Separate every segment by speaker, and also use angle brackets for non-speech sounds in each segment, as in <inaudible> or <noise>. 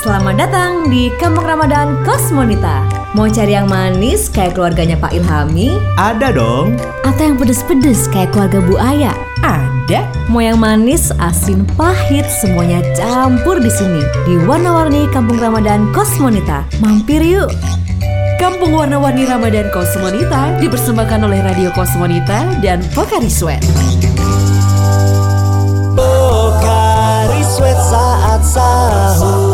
Speaker 1: Selamat datang di Kampung Ramadan Kosmonita. Mau cari yang manis kayak keluarganya Pak Ilhami?
Speaker 2: Ada dong.
Speaker 1: Atau yang pedes-pedes kayak keluarga Bu Aya? Ada. Mau yang manis, asin, pahit, semuanya campur di sini. Di warna-warni Kampung Ramadan Kosmonita. Mampir yuk. Kampung Warna-Warni Ramadan Kosmonita dipersembahkan oleh Radio Kosmonita dan Pokari Sweat.
Speaker 3: Pokari sweat saat sahur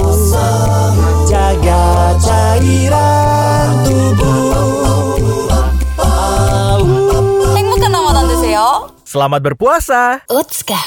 Speaker 3: Jaga cairan tubuh
Speaker 4: 행복한 나만 되세요.
Speaker 2: Selamat berpuasa.
Speaker 4: 어츠가.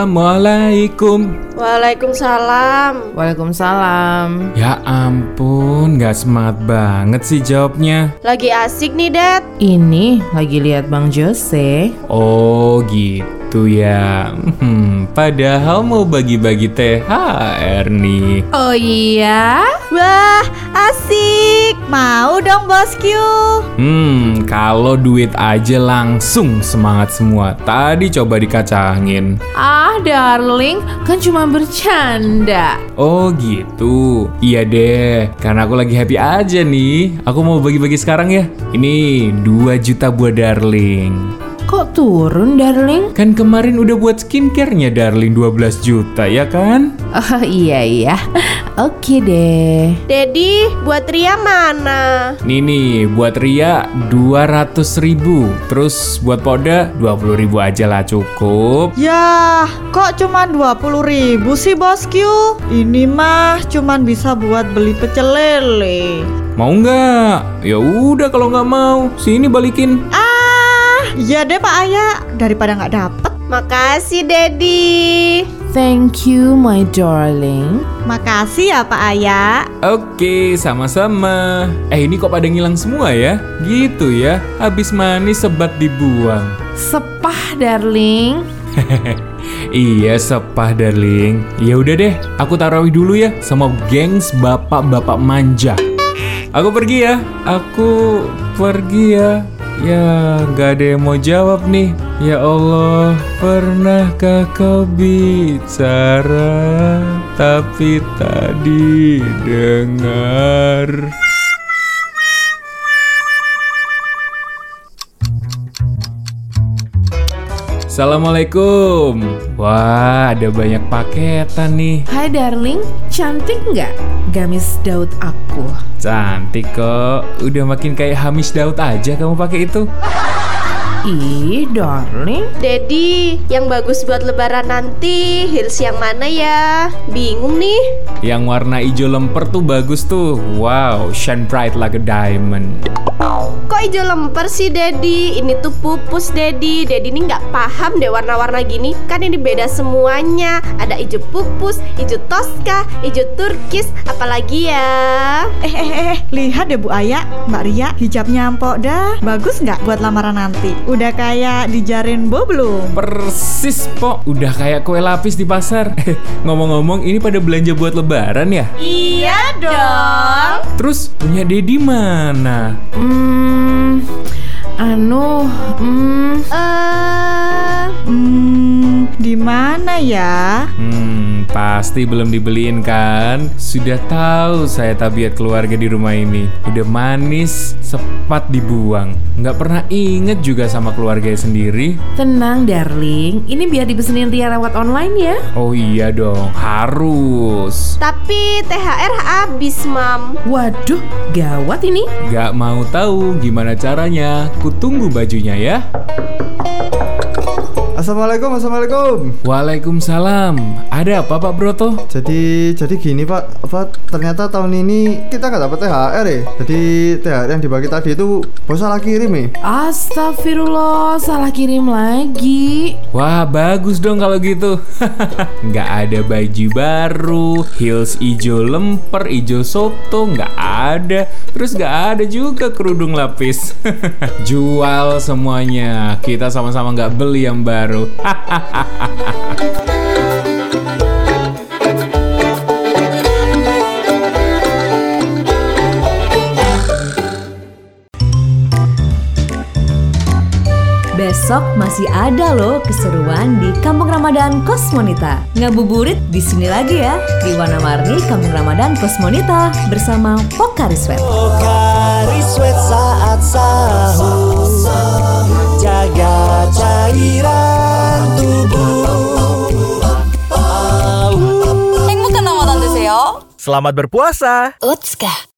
Speaker 5: Assalamualaikum
Speaker 6: Waalaikumsalam.
Speaker 7: Waalaikumsalam.
Speaker 5: Ya ampun, nggak semangat banget sih jawabnya
Speaker 6: Lagi asik nih, Dad.
Speaker 7: Ini lagi lihat Bang Jose.
Speaker 5: Oh gitu ya hmm, Padahal mau bagi-bagi THR nih
Speaker 7: Oh iya?
Speaker 8: Wah, asik. Mau dong bosku.
Speaker 5: Hmm, kalau duit aja langsung semangat semua Tadi coba dikacangin
Speaker 7: Ah, darling, kan cuma bercanda.
Speaker 5: Oh gitu Iya deh, karena aku lagi happy aja nih Aku mau bagi-bagi sekarang ya Ini 2 juta buat darling
Speaker 7: Kok turun, darling? <laughs>
Speaker 5: Kan kemarin udah buat skincare-nya darling 12 juta ya kan?
Speaker 7: Oh iya iya. Oke deh.
Speaker 6: Dedi, buat Ria mana?
Speaker 5: Nih nih buat Ria 200 ribu Terus buat Poda 20 ribu aja lah cukup
Speaker 8: Yah, Ya, kok cuma 20 ribu sih bosku? Ini mah cuman bisa buat beli pecel lele.
Speaker 5: Mau nggak? Ya udah kalau nggak mau Sini balikin
Speaker 8: Ah, iya deh Pak Aya. Daripada nggak dapet.
Speaker 6: Makasih, Dedi.
Speaker 7: Thank you my darling.
Speaker 8: Makasih ya Pak Aya.
Speaker 5: Oke sama-sama Eh ini kok pada ngilang semua ya? Gitu ya Habis manis sebat dibuang
Speaker 7: Sepah, darling.
Speaker 5: <laughs> Iya sepah darling Ya udah deh aku tarawih dulu ya Sama gengs bapak-bapak manja Aku pergi ya Aku pergi ya Ya nggak ada yang mau jawab nih Ya Allah Pernahkah kau bicara Tapi tadi dengar Assalamualaikum Wah ada banyak paketan nih
Speaker 7: Hai, darling. Cantik nggak gamis Daud aku?
Speaker 5: Cantik kok, udah makin kayak Hamish Daud aja kamu pakai itu.
Speaker 7: Ih, darling.
Speaker 6: Dedi, yang bagus buat lebaran nanti, heels yang mana ya? Bingung nih.
Speaker 5: Yang warna hijau lemper tuh bagus tuh. Wow, shine bright like a diamond.
Speaker 6: Kok hijau lemper sih, Dedi? Ini tuh pupus, Dedi. Dedi ini nggak paham deh warna-warna gini. Kan ini beda semuanya. Ada hijau pupus, hijau toska, hijau turkis, apalagi ya?
Speaker 8: Eh, eh, eh, eh, lihat deh Bu Aya, Mbak Ria, hijabnya empok dah. Bagus nggak buat lamaran nanti? Udah kayak dijarin Bo belum?
Speaker 5: Persis po, udah kayak kue lapis di pasar. <laughs> Ngomong-ngomong, ini pada belanja buat lebaran ya?
Speaker 8: Iya dong.
Speaker 5: Terus punya Dedi mana?
Speaker 7: Hmm. Anu, hmm,
Speaker 6: Eh,
Speaker 8: Hmm, di mana ya?
Speaker 5: Hmm, pasti belum dibeliin kan? Sudah tahu saya tabiat keluarga di rumah ini. Udah manis, sepat dibuang. Nggak pernah inget juga sama keluarga sendiri.
Speaker 7: tenang darling. Ini biar dipesenin Ria lewat online ya.
Speaker 5: Oh iya dong, harus.
Speaker 6: tapi THR habis, Mam.
Speaker 7: Waduh, gawat ini.
Speaker 5: Nggak mau tahu gimana caranya. Kutunggu bajunya ya.
Speaker 2: Assalamualaikum, assalamualaikum.
Speaker 5: Waalaikumsalam. Ada apa Pak Broto?
Speaker 2: Jadi, jadi gini Pak, apa ternyata tahun ini kita nggak dapat THR ya? Jadi THR yang dibagi tadi itu bos salah kirim ya?
Speaker 7: Astagfirullah, salah kirim lagi.
Speaker 5: Wah bagus dong kalau gitu <laughs> Nggak ada baju baru Heels ijo lemper, ijo soto Nggak ada Terus nggak ada juga kerudung lapis <laughs> Jual semuanya Kita sama-sama nggak beli yang baru <laughs>
Speaker 1: besok masih ada loh keseruan di Kampung Ramadan Kosmonita. Ngabuburit di sini lagi ya di warna-warni Kampung Ramadan Kosmonita bersama Pokari Sweat.
Speaker 3: Pokari sweat saat sahur Jaga cairan tubuh
Speaker 4: 행복한 나마다 되세요.
Speaker 9: Selamat berpuasa.
Speaker 4: 으츠까.